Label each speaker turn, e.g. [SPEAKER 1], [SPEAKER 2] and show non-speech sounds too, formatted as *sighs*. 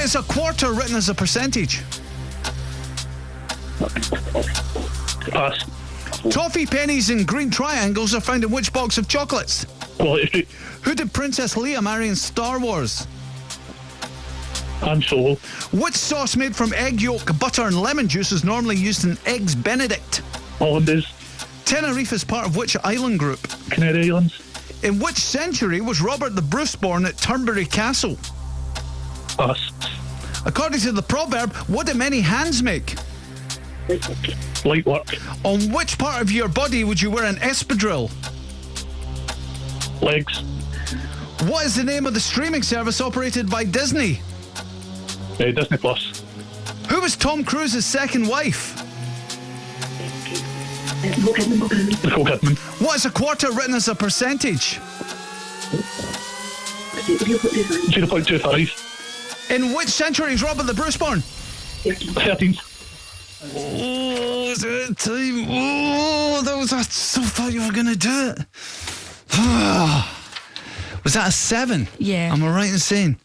[SPEAKER 1] is a quarter written as a percentage?
[SPEAKER 2] Pass.
[SPEAKER 1] Toffee pennies and green triangles are found in which box of chocolates?
[SPEAKER 2] Quality Street.
[SPEAKER 1] Who did Princess Leia marry in Star Wars?
[SPEAKER 2] Han Solo.
[SPEAKER 1] Which sauce made from egg yolk, butter, and lemon juice is normally used in Eggs Benedict?
[SPEAKER 2] Hollandaise.
[SPEAKER 1] Tenerife is part of which island group?
[SPEAKER 2] Canary Islands.
[SPEAKER 1] In which century was Robert the Bruce born at Turnberry Castle?
[SPEAKER 2] Pass.
[SPEAKER 1] According to the proverb, what do many hands make?
[SPEAKER 2] Light work.
[SPEAKER 1] On which part of your body would you wear an espadrille?
[SPEAKER 2] Legs.
[SPEAKER 1] What is the name of the streaming service operated by Disney?
[SPEAKER 2] Uh, Disney Plus.
[SPEAKER 1] Who was Tom Cruise's second wife?
[SPEAKER 2] Nicole Kidman.
[SPEAKER 1] What is a quarter written as a percentage?
[SPEAKER 2] Zero point two five.
[SPEAKER 1] In which century is Robert the Bruce born?
[SPEAKER 2] Thirteen.
[SPEAKER 1] Oh, it's that time. Oh, that was I so thought you were gonna do it. *sighs* was that a seven?
[SPEAKER 3] Yeah.
[SPEAKER 1] Am I right in saying?